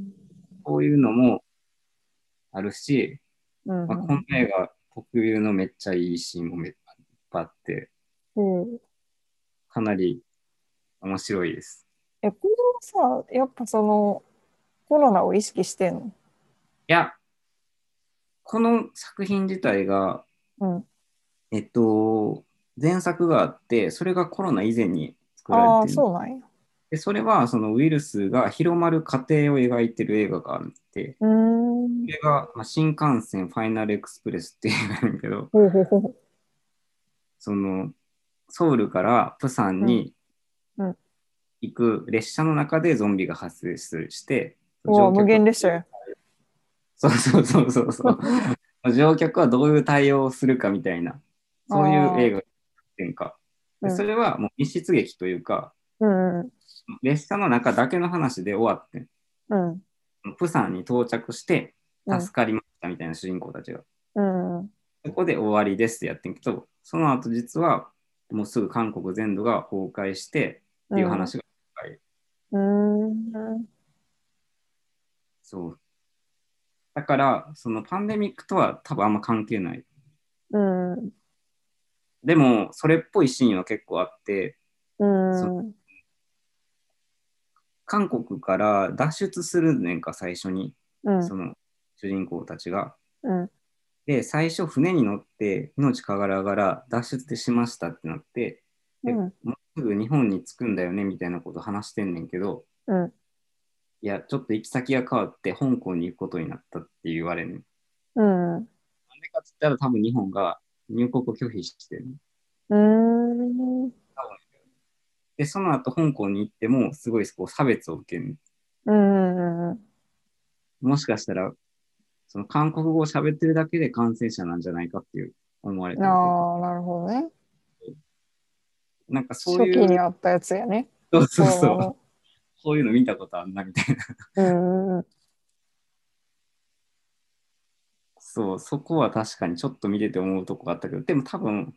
[SPEAKER 2] こういうのもあるし、
[SPEAKER 3] うん
[SPEAKER 2] まあ、この映画特有のめっちゃいいシーンもめっぱいあって、
[SPEAKER 3] うん
[SPEAKER 2] かなり面白いです。
[SPEAKER 3] え、これはさ、やっぱその、コロナを意識してんの
[SPEAKER 2] いや、この作品自体が、
[SPEAKER 3] うん。
[SPEAKER 2] えっと、前作があって、それがコロナ以前に作られ
[SPEAKER 3] ああ、
[SPEAKER 2] て
[SPEAKER 3] そ
[SPEAKER 2] る。
[SPEAKER 3] うなんや。
[SPEAKER 2] でそれはそのウイルスが広まる過程を描いてる映画があって、
[SPEAKER 3] うーん
[SPEAKER 2] そ。れが、まあ、新幹線ファイナルエクスプレスっていう映画なんだけど、
[SPEAKER 3] ほうほうほう。
[SPEAKER 2] そのソウルからプサンに
[SPEAKER 3] うんうん
[SPEAKER 2] 行く列車の中でゾンビが発生するして、
[SPEAKER 3] うわ、無限列車
[SPEAKER 2] 車
[SPEAKER 3] や。
[SPEAKER 2] そうそうそうそう そう。乗客はどういう対応をするかみたいな、そういう映画っていうか、
[SPEAKER 3] う
[SPEAKER 2] で
[SPEAKER 3] ん
[SPEAKER 2] それはもう密室劇というか、
[SPEAKER 3] うんうん
[SPEAKER 2] 列車の中だけの話で終わって、
[SPEAKER 3] うん。
[SPEAKER 2] プサンに到着して
[SPEAKER 3] うん
[SPEAKER 2] 助かりましたみたいな主人公たちが、
[SPEAKER 3] うんうん。
[SPEAKER 2] そこで終わりですってやってんけど、その後実はもうすぐ韓国全土が崩壊して、っていう話が、
[SPEAKER 3] うん。うん。
[SPEAKER 2] そう。だから、そのパンデミックとは多分あんま関係ない。
[SPEAKER 3] うん。
[SPEAKER 2] でも、それっぽいシーンは結構あって、
[SPEAKER 3] うん。
[SPEAKER 2] 韓国から脱出するねんか、最初に、
[SPEAKER 3] うん。
[SPEAKER 2] その主人公たちが。
[SPEAKER 3] うん。
[SPEAKER 2] で、最初、船に乗って、命からがら脱出しましたってなって、で
[SPEAKER 3] うん。
[SPEAKER 2] もうすぐ日本に着くんだよねみたいなこと話してんねんけど、
[SPEAKER 3] うん。
[SPEAKER 2] いや、ちょっと行き先が変わって、香港に行くことになったって言われんねん。
[SPEAKER 3] うん。
[SPEAKER 2] なんでかって言ったら、多分日本が入国を拒否してる。
[SPEAKER 3] うん。
[SPEAKER 2] で、その後香港に行っても、すごいこう差別を受ける。
[SPEAKER 3] うん。
[SPEAKER 2] もしかしたら、その韓国語を喋ってるだけで感染者なんじゃないかっていう思われてるとか。
[SPEAKER 3] ああ、なるほどね。
[SPEAKER 2] なんかそう
[SPEAKER 3] 初
[SPEAKER 2] い
[SPEAKER 3] 期に
[SPEAKER 2] う、
[SPEAKER 3] あったやつやね。
[SPEAKER 2] そうそうそう、
[SPEAKER 3] そ
[SPEAKER 2] そういうの見たことあんなみたいな。
[SPEAKER 3] う。うんうん。
[SPEAKER 2] そう、そこは確かにちょっと見てて思うとこがあったけど、でも多分、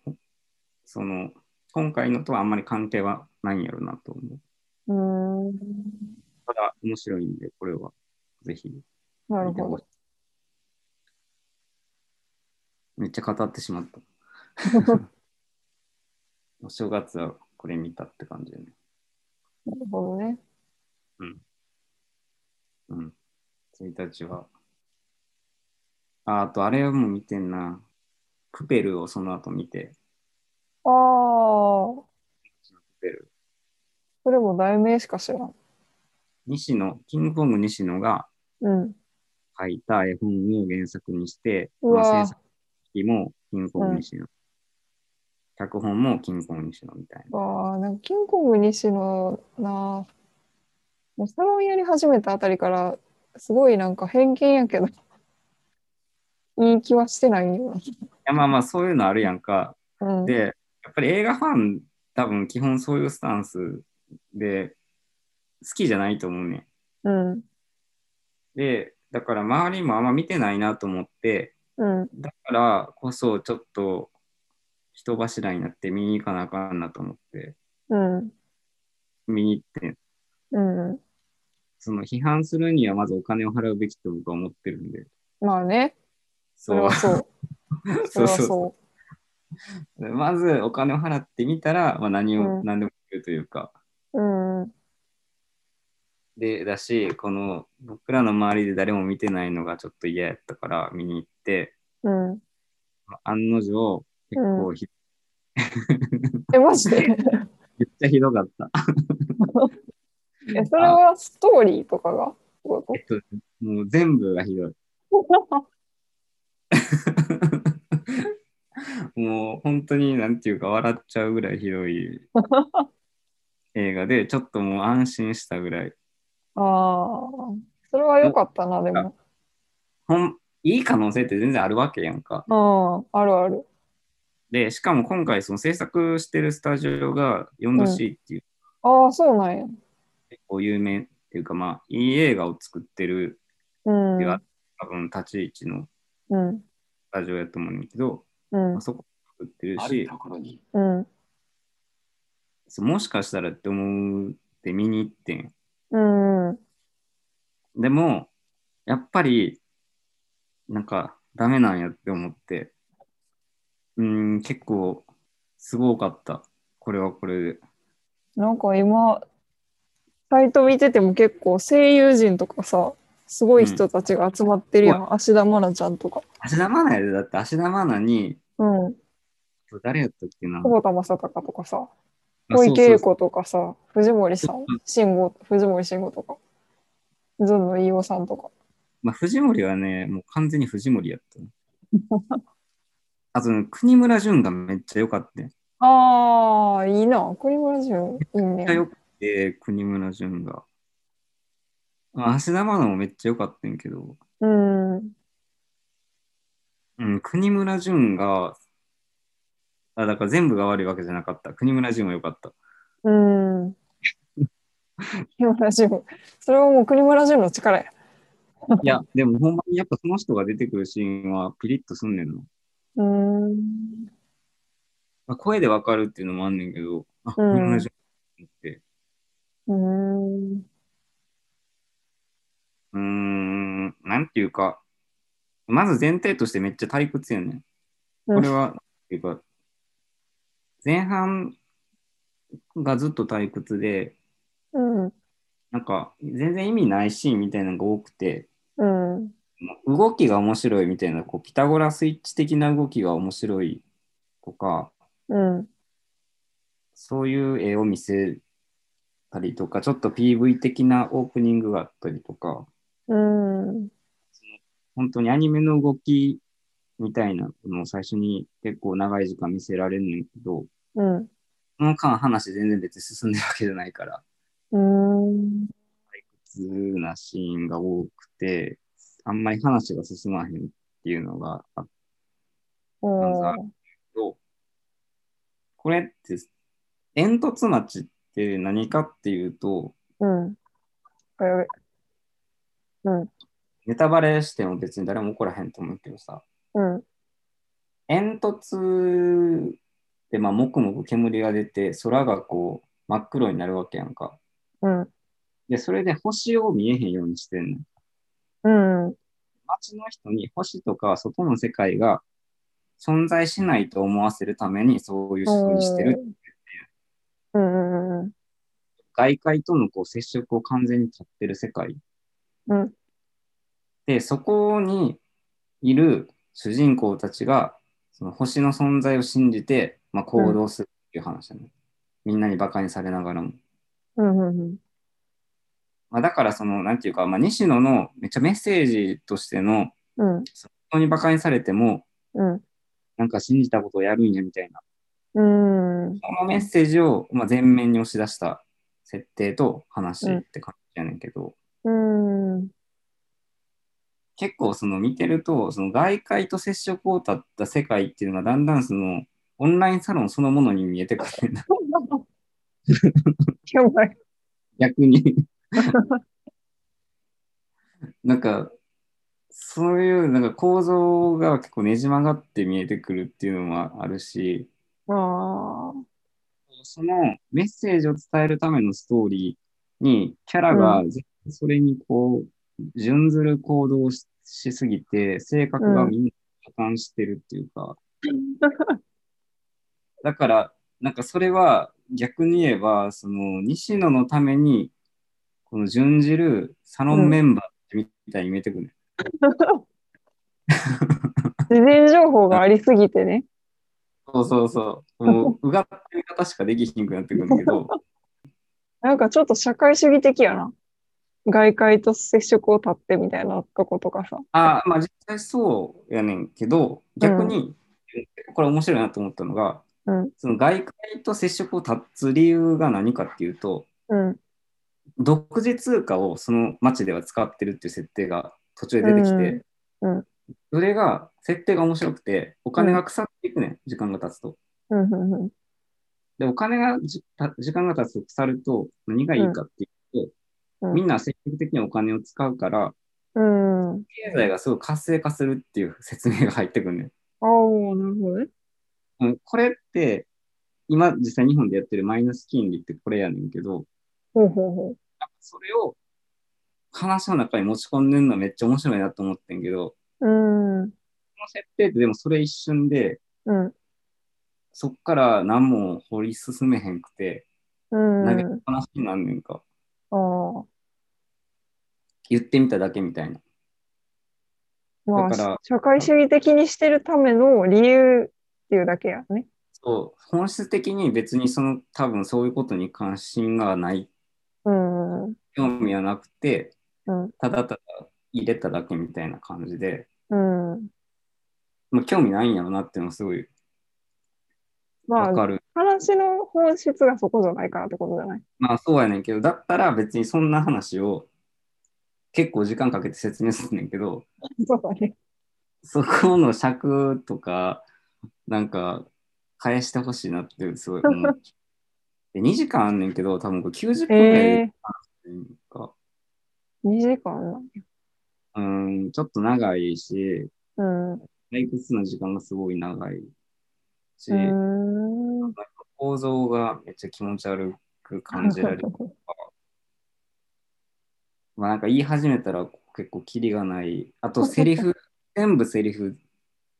[SPEAKER 2] その、今回のとはあんまり関係はないんやろうなと思う。
[SPEAKER 3] うん。
[SPEAKER 2] ただ、面白いんで、これは、ぜひ。
[SPEAKER 3] なるほど。
[SPEAKER 2] めっちゃ語ってしま った。 お正月はこれ見たって感じだね。
[SPEAKER 3] なるほどね。
[SPEAKER 2] うん。1日は。あ、あとあれも見てんな。クペルをその後見て。
[SPEAKER 3] ああ、こ
[SPEAKER 2] クペル。
[SPEAKER 3] れも題名しか知らん。
[SPEAKER 2] 西野、キングコング西野が
[SPEAKER 3] うん。
[SPEAKER 2] 書いた絵本を原作にして、
[SPEAKER 3] うわ
[SPEAKER 2] まあ制作費もキングコング西野。脚本もキングコング西野みたいな。
[SPEAKER 3] ああ、なんかキングコング西野なあ、もうサロンやり始めたあたりから、すごいなんか偏見やけど、 いい気はしてないよ
[SPEAKER 2] いやまあまあそういうのあるやんか。
[SPEAKER 3] な。うん。
[SPEAKER 2] で、やっぱり映画ファン、多分基本そういうスタンスで好きじゃないと思うね。
[SPEAKER 3] うん。
[SPEAKER 2] で、だから周りもあんま見てないなと思って、
[SPEAKER 3] うん。
[SPEAKER 2] だからこそちょっと人柱になって見に行かなあかんなと思って、
[SPEAKER 3] うん。
[SPEAKER 2] 見に行って、
[SPEAKER 3] うん。
[SPEAKER 2] その批判するにはまずお金を払うべきと僕は思ってるんで、
[SPEAKER 3] まあね、それ
[SPEAKER 2] そう
[SPEAKER 3] は、 そ
[SPEAKER 2] そう
[SPEAKER 3] う。それは
[SPEAKER 2] そう
[SPEAKER 3] そ
[SPEAKER 2] でまずお金を払ってみたら、まあ、何を、
[SPEAKER 3] うん
[SPEAKER 2] 何でも言うというか、
[SPEAKER 3] う。うん。
[SPEAKER 2] で、だし、この僕らの周りで誰も見てないのがちょっと嫌やったから見に行って、
[SPEAKER 3] うん。
[SPEAKER 2] まあ案の定、結構ひ、
[SPEAKER 3] え、マジ で
[SPEAKER 2] めっちゃひどかった。
[SPEAKER 3] え、それはストーリーとかが ってこ
[SPEAKER 2] えっと、もう全部がひどい。
[SPEAKER 3] と
[SPEAKER 2] もう本当になんていうか笑っちゃうぐらいひどい映画で、ちょっともう安心したぐらい。
[SPEAKER 3] ああ、それは良かったな、でも。
[SPEAKER 2] ほんいい可能性って全然あるわけやんか。
[SPEAKER 3] うん、あるある。
[SPEAKER 2] で、しかも今回その制作してるスタジオが 4°C っていう
[SPEAKER 3] ああ、そうなんや。
[SPEAKER 2] 結構有名っていうかまあいい映画を作ってる
[SPEAKER 3] うん。
[SPEAKER 2] っていう多分立ち位置の
[SPEAKER 3] うん。
[SPEAKER 2] スタジオやと思うんだけど、
[SPEAKER 3] うん
[SPEAKER 2] まあ。そこ作ってる
[SPEAKER 1] ある
[SPEAKER 2] し、
[SPEAKER 1] ところに。
[SPEAKER 3] うん。
[SPEAKER 2] そうもしかしたらって思って見に行ってん。
[SPEAKER 3] うん。
[SPEAKER 2] でも、やっぱり、なんか、ダメなんやって思って、うーん、結構、すごかった。これはこれで。
[SPEAKER 3] なんか今、サイト見てても結構声優陣とかさ、すごい人たちが集まってるやん。芦田愛菜ちゃんとか。
[SPEAKER 2] 芦田愛菜やで、だって芦田愛菜に、
[SPEAKER 3] うん。
[SPEAKER 2] 誰やったっけな。
[SPEAKER 3] 久保田正孝とかさ、
[SPEAKER 2] あ
[SPEAKER 3] 小池
[SPEAKER 2] そ
[SPEAKER 3] 栄
[SPEAKER 2] う
[SPEAKER 3] 子とかさ、藤森さん
[SPEAKER 2] うん、
[SPEAKER 3] 慎吾、藤森慎吾とか、ずんの飯尾さんとか。
[SPEAKER 2] まあ、藤森はね、もう完全に藤森やった。 あとね、国村淳がめっちゃ良かったね。
[SPEAKER 3] ああ、いいな。栗村淳、いい
[SPEAKER 2] め
[SPEAKER 3] ね
[SPEAKER 2] っちゃ。良くて、国村淳が。まあ芦田愛菜もめっちゃ良かったんやけど、
[SPEAKER 3] うん。
[SPEAKER 2] うん、国村淳が、あ、だから全部が悪いわけじゃなかった。国村淳は良かった。
[SPEAKER 3] うん。栗村淳。それはもう栗村淳の力や。
[SPEAKER 2] いや、でもほんまにやっぱその人が出てくるシーンはピリッとすんねんの。
[SPEAKER 3] うーん。
[SPEAKER 2] まあ、声でわかるっていうのもあんねんけど、あ、
[SPEAKER 3] うん
[SPEAKER 2] 国村淳って。
[SPEAKER 3] うーん。
[SPEAKER 2] うーん、なんていうか、まず前提としてめっちゃ退屈やねん。これは、っていうか、前半がずっと退屈で、
[SPEAKER 3] うん。
[SPEAKER 2] なんか全然意味ないシーンみたいなのが多くて、
[SPEAKER 3] うん。
[SPEAKER 2] 動きが面白いみたいな、こうピタゴラスイッチ的な動きが面白いとか、
[SPEAKER 3] うん。
[SPEAKER 2] そういう絵を見せたりとか、ちょっと PV 的なオープニングがあったりとか、
[SPEAKER 3] うん。
[SPEAKER 2] 本当にアニメの動きみたいなのを最初に結構長い時間見せられるんだけど、
[SPEAKER 3] うん。
[SPEAKER 2] その間話全然別に進んでるわけじゃないから、
[SPEAKER 3] う
[SPEAKER 2] 普
[SPEAKER 3] ん。
[SPEAKER 2] 通なシーンが多くて、あんまり話が進まへんっていうのがあっ
[SPEAKER 3] おー
[SPEAKER 2] と、これって、煙突町って何かっていうと、
[SPEAKER 3] うん。これ、うん、
[SPEAKER 2] ネタバレしても別に誰も怒らへんと思うけどさ、
[SPEAKER 3] うん、
[SPEAKER 2] 煙突で、まあ、もくもく煙が出て、空がこう、真っ黒になるわけやんか。
[SPEAKER 3] うん、
[SPEAKER 2] で、それで星を見えへんようにしてんの。
[SPEAKER 3] うん、
[SPEAKER 2] 街の人に星とか外の世界が存在しないと思わせるためにそういう人にしてる。
[SPEAKER 3] うん、うん、うん、
[SPEAKER 2] 外界とのこう接触を完全に立ってる世界。
[SPEAKER 3] うん、
[SPEAKER 2] で、そこにいる主人公たちが、その星の存在を信じて、まあ、行動するっていう話だね。みんなに馬鹿にされながらも。
[SPEAKER 3] うん、うん、
[SPEAKER 2] まあ、だから、その、なんていうか、まあ、西野のめっちゃメッセージとしての、
[SPEAKER 3] うん、
[SPEAKER 2] 本当に馬鹿にされても、
[SPEAKER 3] うん、
[SPEAKER 2] なんか信じたことをやるんやみたいな、
[SPEAKER 3] うん、
[SPEAKER 2] そのメッセージを、まあ、前面に押し出した設定と話って感じやねんけど、
[SPEAKER 3] うん、
[SPEAKER 2] 結構その見てると、その外界と接触を絶った世界っていうのがだんだんそのオンラインサロンそのものに見えてくる。
[SPEAKER 3] やばい。
[SPEAKER 2] 逆に。なんか、そういうなんか構造が結構ねじ曲がって見えてくるっていうのもあるし、
[SPEAKER 3] ああ、
[SPEAKER 2] そのメッセージを伝えるためのストーリーに、キャラがそれにこう、準ずる行動をししすぎて、性格がみんな破綻してるっていうか、だから、なんかそれは逆に言えば、その西野のために、この準じるサロンメンバーみたいに見えてくる、ね
[SPEAKER 3] 事前情報がありすぎてね。
[SPEAKER 2] そうそうそう。もう、うがった見方しかできひんくなってくるんだけ ど、
[SPEAKER 3] なんかちょっと社会主義的やな。外界と接触を絶ってみたいなとことかさ。
[SPEAKER 2] あまあ実際そうやねんけど、逆に、これ面白いなと思ったのが、
[SPEAKER 3] うん、
[SPEAKER 2] その外界と接触を断つ理由が何かっていうと、
[SPEAKER 3] うん、
[SPEAKER 2] 独自通貨をその町では使ってるっていう設定が途中で出てきて、
[SPEAKER 3] うんうん
[SPEAKER 2] それが設定が面白くてお金が腐っていくねん、時間が経つと。
[SPEAKER 3] うん、うん、うん。
[SPEAKER 2] でお金がじた時間が経つと腐ると何がいいかっていうと、
[SPEAKER 3] うんうん
[SPEAKER 2] みんな積極的にお金を使うから
[SPEAKER 3] うん。
[SPEAKER 2] 経済がすごい活性化するっていう説明が入ってくるねん。
[SPEAKER 3] ああ、なるほどね。
[SPEAKER 2] うんこれって今実際日本でやってるマイナス金利ってこれやねんけど
[SPEAKER 3] ほうほうほう。
[SPEAKER 2] なんかそれを話の中に持ち込んでるのはめっちゃ面白いなと思ってんけど
[SPEAKER 3] うん、うん、
[SPEAKER 2] この設定ってでもそれ一瞬で、
[SPEAKER 3] うん、
[SPEAKER 2] そっから何も掘り進めへんくて、投げっ
[SPEAKER 3] うん。
[SPEAKER 2] ぱなしになんねんか。
[SPEAKER 3] ああ、
[SPEAKER 2] 言ってみただけみたいな。
[SPEAKER 3] ま
[SPEAKER 2] だから
[SPEAKER 3] あ、社会主義的にしてるための理由っていうだけやね。
[SPEAKER 2] そう、本質的に別にその、多分そういうことに関心がない、
[SPEAKER 3] うん、うん、
[SPEAKER 2] 興味はなくて、
[SPEAKER 3] うん、
[SPEAKER 2] ただただ入れただけみたいな感じで、
[SPEAKER 3] うん。
[SPEAKER 2] まあ、興味ないんやろなっていうのはすごい
[SPEAKER 3] ま
[SPEAKER 2] わ
[SPEAKER 3] あ、
[SPEAKER 2] かる。
[SPEAKER 3] 話の本質がそこじゃないからってことじゃない。
[SPEAKER 2] まあそうやねんけど、だったら別にそんな話を結構時間かけて説明すんねんけど、
[SPEAKER 3] そうだね。
[SPEAKER 2] そこの尺とか、なんか、返してほしいなって、すごい思う。で2時間あんねんけど、多分これ90分ぐらいでいい
[SPEAKER 3] ええ
[SPEAKER 2] か、
[SPEAKER 3] ー、2時間な。
[SPEAKER 2] うーん、ちょっと長いし、
[SPEAKER 3] うん。う
[SPEAKER 2] 退屈の時間がすごい長いし、
[SPEAKER 3] ーん。
[SPEAKER 2] 構造がめっちゃ気持ち悪く感じられる。まあなんか言い始めたら結構キリがない。あとセリフ、 全部セリフっ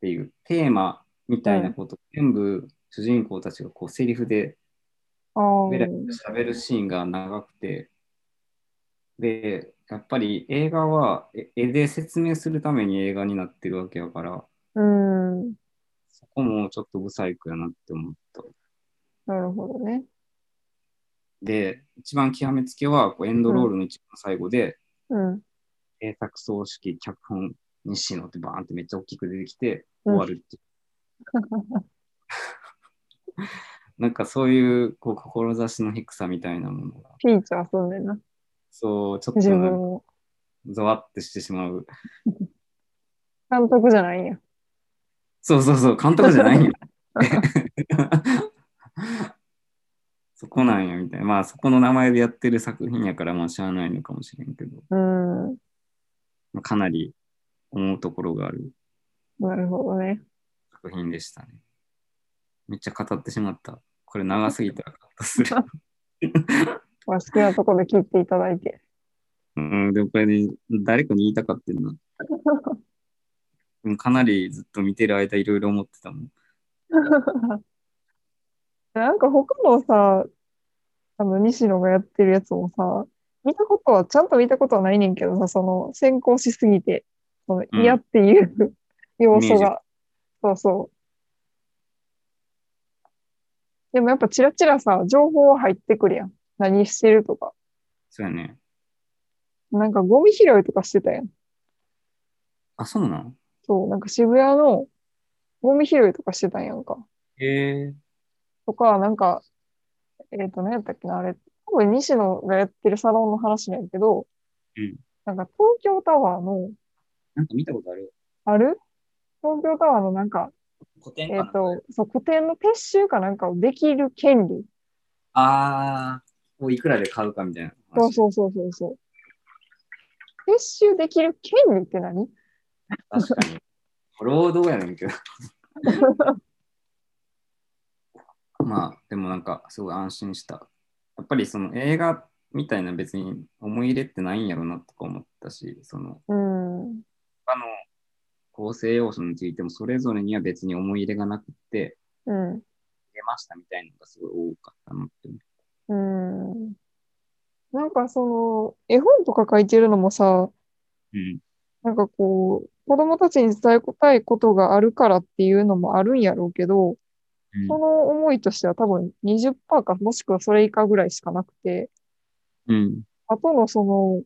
[SPEAKER 2] ていうテーマみたいなこと、全部主人公たちがこうセリフで
[SPEAKER 3] ああ、
[SPEAKER 2] ベラベラ喋るシーンが長くて、で、やっぱり映画はえ絵で説明するために映画になってるわけやから、
[SPEAKER 3] うん。
[SPEAKER 2] そこもちょっとブサイクやなって思った。
[SPEAKER 3] なるほどね。
[SPEAKER 2] で、一番極めつけは、こうエンドロールの一番最後で、
[SPEAKER 3] うん。
[SPEAKER 2] 制作葬式、脚本、西野ってバーンってめっちゃ大きく出てきて、終わるっていう。 なんかそういう、こう、志の低さみたいなものが、
[SPEAKER 3] フィーチャーすんねんな。
[SPEAKER 2] そう、ちょっと
[SPEAKER 3] 自
[SPEAKER 2] な
[SPEAKER 3] 分
[SPEAKER 2] んか
[SPEAKER 3] を。
[SPEAKER 2] ざわってしてしまう。
[SPEAKER 3] 監督じゃないんや。
[SPEAKER 2] そうそうそう、監督じゃない よ。そこなんや、みたいな。まあ、そこの名前でやってる作品やから、まあ、知らないのかもしれんけど、
[SPEAKER 3] うん。
[SPEAKER 2] まあかなり思うところがある
[SPEAKER 3] なるほどね。
[SPEAKER 2] 作品でしたね。めっちゃ語ってしまった。これ長すぎたらカットする。
[SPEAKER 3] まあ、好きなとこで切っていただいて。
[SPEAKER 2] うん、でもこれね、誰かに言いたかってんな。でもかなりずっと見てる間いろいろ思ってたもん。
[SPEAKER 3] なんか他のさ、あの、西野がやってるやつもさ、見たことは、ちゃんと見たことはないねんけどさ、その、先行しすぎて、その
[SPEAKER 2] うん
[SPEAKER 3] 嫌っていう、要素
[SPEAKER 2] イメー
[SPEAKER 3] が。そうそう。でもやっぱチラチラさ、情報は入ってくるやん。何してるとか。
[SPEAKER 2] そうやね。
[SPEAKER 3] なんかゴミ拾いとかしてたやん。
[SPEAKER 2] あ、そうなん
[SPEAKER 3] そう、なんか渋谷のゴミ拾いとかしてたんやんか。
[SPEAKER 2] へえ。
[SPEAKER 3] とか、なんか、えっ、と、何やったっけな、あれ、多分西野がやってるサロンの話なんやけど、
[SPEAKER 2] うん
[SPEAKER 3] なんか東京タワーの、
[SPEAKER 2] なんか見たことある
[SPEAKER 3] ある東京タワーのなんか、
[SPEAKER 2] 古典
[SPEAKER 3] えっ、と、そう、古典の撤収かなんかをできる権利。
[SPEAKER 2] ああ、もういくらで買うかみたいな話。
[SPEAKER 3] そうそうそうそうそう。撤収できる権利って何
[SPEAKER 2] 確かに。労働やねん けど。まあ、でもなんか、すごい安心した。やっぱりその映画みたいな別に思い入れってないんやろなとか思ったし、その、
[SPEAKER 3] うん。
[SPEAKER 2] 他の構成要素についてもそれぞれには別に思い入れがなくて、
[SPEAKER 3] うん。
[SPEAKER 2] 出ましたみたいなのがすごい多かったなって思う。
[SPEAKER 3] うん。なんかその、絵本とか書いてるのもさ、
[SPEAKER 2] うん。
[SPEAKER 3] なんかこう、子供たちに伝えたいことがあるからっていうのもあるんやろうけど、その思いとしては多分20%かもしくはそれ以下ぐらいしかなくて、
[SPEAKER 2] うん。うん。
[SPEAKER 3] あとのその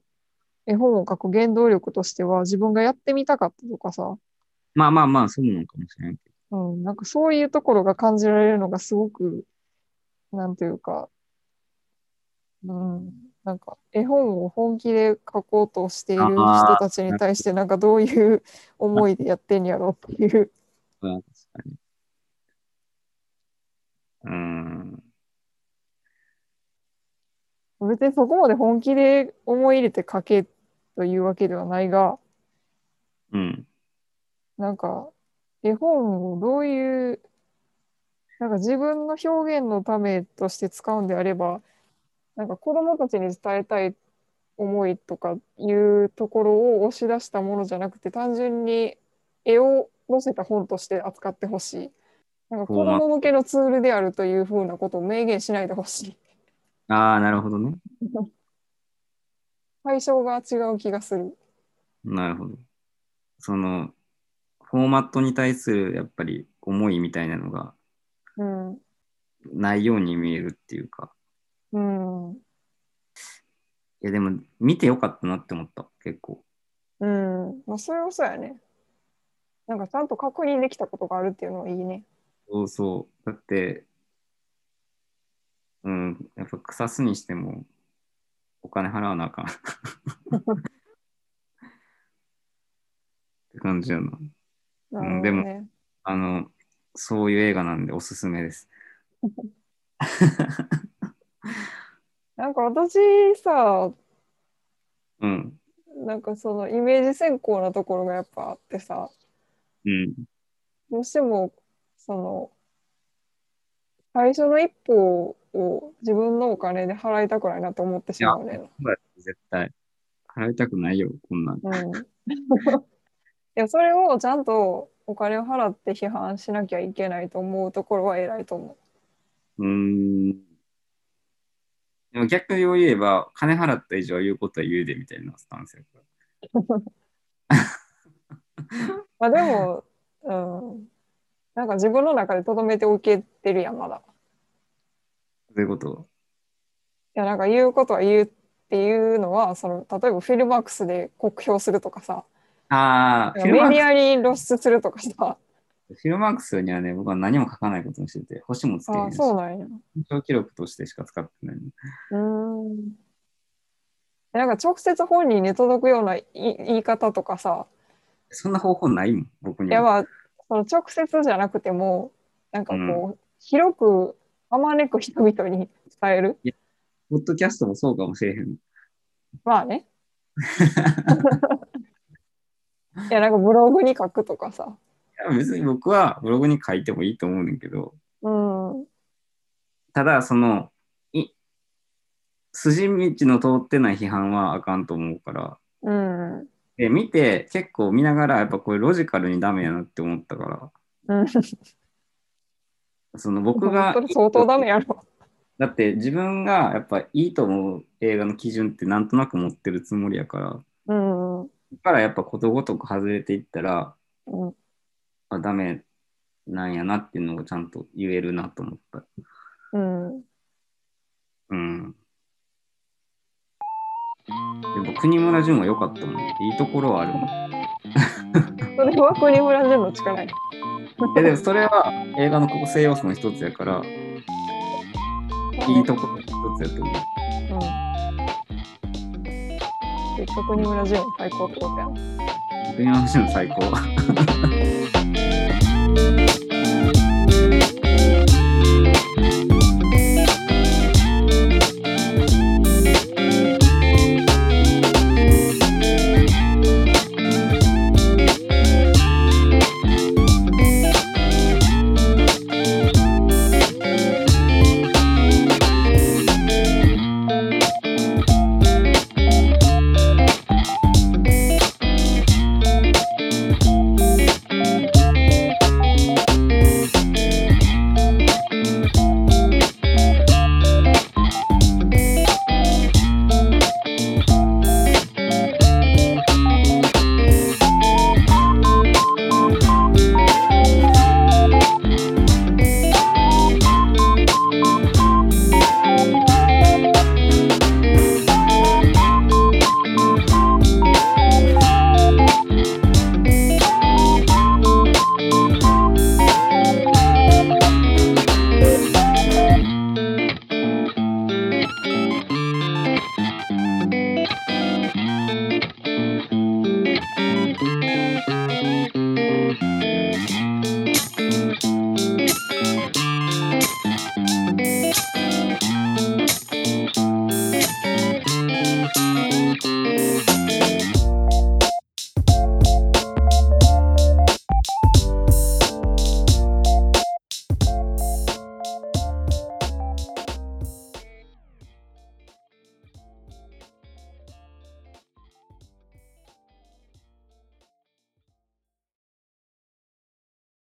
[SPEAKER 3] 絵本を書く原動力としては自分がやってみたかったとかさ、
[SPEAKER 2] まあまあまあ、そうなのかもしれないけど。
[SPEAKER 3] うん、なんかそういうところが感じられるのがすごく、なんというか、うん、なんか絵本を本気で書こうとしている人たちに対してなんかどういう思いでやってんやろうっていう。
[SPEAKER 2] まあ確かに。うん。
[SPEAKER 3] 別にそこまで本気で思い入れて書けというわけではないが、
[SPEAKER 2] うん。
[SPEAKER 3] なんか絵本をどういう、なんか自分の表現のためとして使うんであれば、なんか子供たちに伝えたい思いとかいうところを押し出したものじゃなくて、単純に絵を載せた本として扱ってほしい。なんか子供向けのツールであるというふうなことを明言しないでほしい。
[SPEAKER 2] ああ、なるほどね。
[SPEAKER 3] 対象が違う気がする。
[SPEAKER 2] なるほど。その、フォーマットに対するやっぱり思いみたいなのが
[SPEAKER 3] うん。
[SPEAKER 2] ないように見えるっていうか。
[SPEAKER 3] うん。
[SPEAKER 2] いや、でも見てよかったなって思った、結構。
[SPEAKER 3] うん、まあ、それはそうやね。なんかちゃんと確認できたことがあるっていうのはいいね。
[SPEAKER 2] そうそう。だって、うん、やっぱ草すにしてもお金払わなあかん。 って感じやな。
[SPEAKER 3] なるほど
[SPEAKER 2] でも
[SPEAKER 3] ね。
[SPEAKER 2] あの、そういう映画なんでおすすめです。
[SPEAKER 3] なんか私さ、
[SPEAKER 2] うん、
[SPEAKER 3] なんかそのイメージ先行なところがやっぱあってさ、
[SPEAKER 2] うん、
[SPEAKER 3] どうしてもその最初の一歩を自分のお金で払いたくないなって思ってしまうねんな。
[SPEAKER 2] 絶対。払いたくないよ、こんなん。
[SPEAKER 3] うん。 いや、それをちゃんとお金を払って批判しなきゃいけないと思うところは偉いと思
[SPEAKER 2] うーん。でも逆を言えば、金払った以上言うことは言うでみたいなスタンスやか
[SPEAKER 3] う。まあでも、うん。なんか自分の中で留めておけてるやん、まだ。
[SPEAKER 2] ら。そういうこと。
[SPEAKER 3] いや、なんか言うことは言うっていうのは、その、例えばフィルマークスで酷評するとかさ、
[SPEAKER 2] ああ、フィル
[SPEAKER 3] メデ
[SPEAKER 2] マー
[SPEAKER 3] ィアに露出するとかさ、
[SPEAKER 2] クス、フィルマークスにはね、僕は何も書かないことにしてて、星もつけ
[SPEAKER 3] あ
[SPEAKER 2] な
[SPEAKER 3] あ、
[SPEAKER 2] いし、
[SPEAKER 3] そうなんや。う
[SPEAKER 2] 印象記録としてしか使ってない。
[SPEAKER 3] ーん。えなんか直接本人に届くようない言い方とかさ、
[SPEAKER 2] そんな方法ないもん、僕
[SPEAKER 3] い
[SPEAKER 2] に
[SPEAKER 3] や
[SPEAKER 2] は。
[SPEAKER 3] まあその直接じゃなくてもなんかこう、広くあまねく人々に伝える
[SPEAKER 2] ポッドキャストもそうかもしれへん。
[SPEAKER 3] まあねいやなんかブログに書くとかさ
[SPEAKER 2] いや別に僕はブログに書いてもいいと思うねんだけど、
[SPEAKER 3] うん
[SPEAKER 2] ただ、その、い筋道の通ってない批判はあかんと思うから、
[SPEAKER 3] うんうん
[SPEAKER 2] で見て、結構見ながら、やっぱこれロジカルにダメやなって思ったか
[SPEAKER 3] 本
[SPEAKER 2] ら、その僕が
[SPEAKER 3] 当、に相当ダメやろ
[SPEAKER 2] だって自分がやっぱいいと思う映画の基準ってなんとなく持ってるつもりやから、
[SPEAKER 3] うんうん
[SPEAKER 2] だからやっぱことごとく外れていったら、
[SPEAKER 3] うん
[SPEAKER 2] あダメなんやなっていうのをちゃんと言えるなと思った。
[SPEAKER 3] うん
[SPEAKER 2] うん。でも国村淳は良かったもん。いいところはあるもん。
[SPEAKER 3] それは国村淳の力や
[SPEAKER 2] えでもそれは映画の構成要素の一つやから、いいところの一つやと思う。
[SPEAKER 3] うん結局、国村淳最高ってことやん。
[SPEAKER 2] 国村淳最高。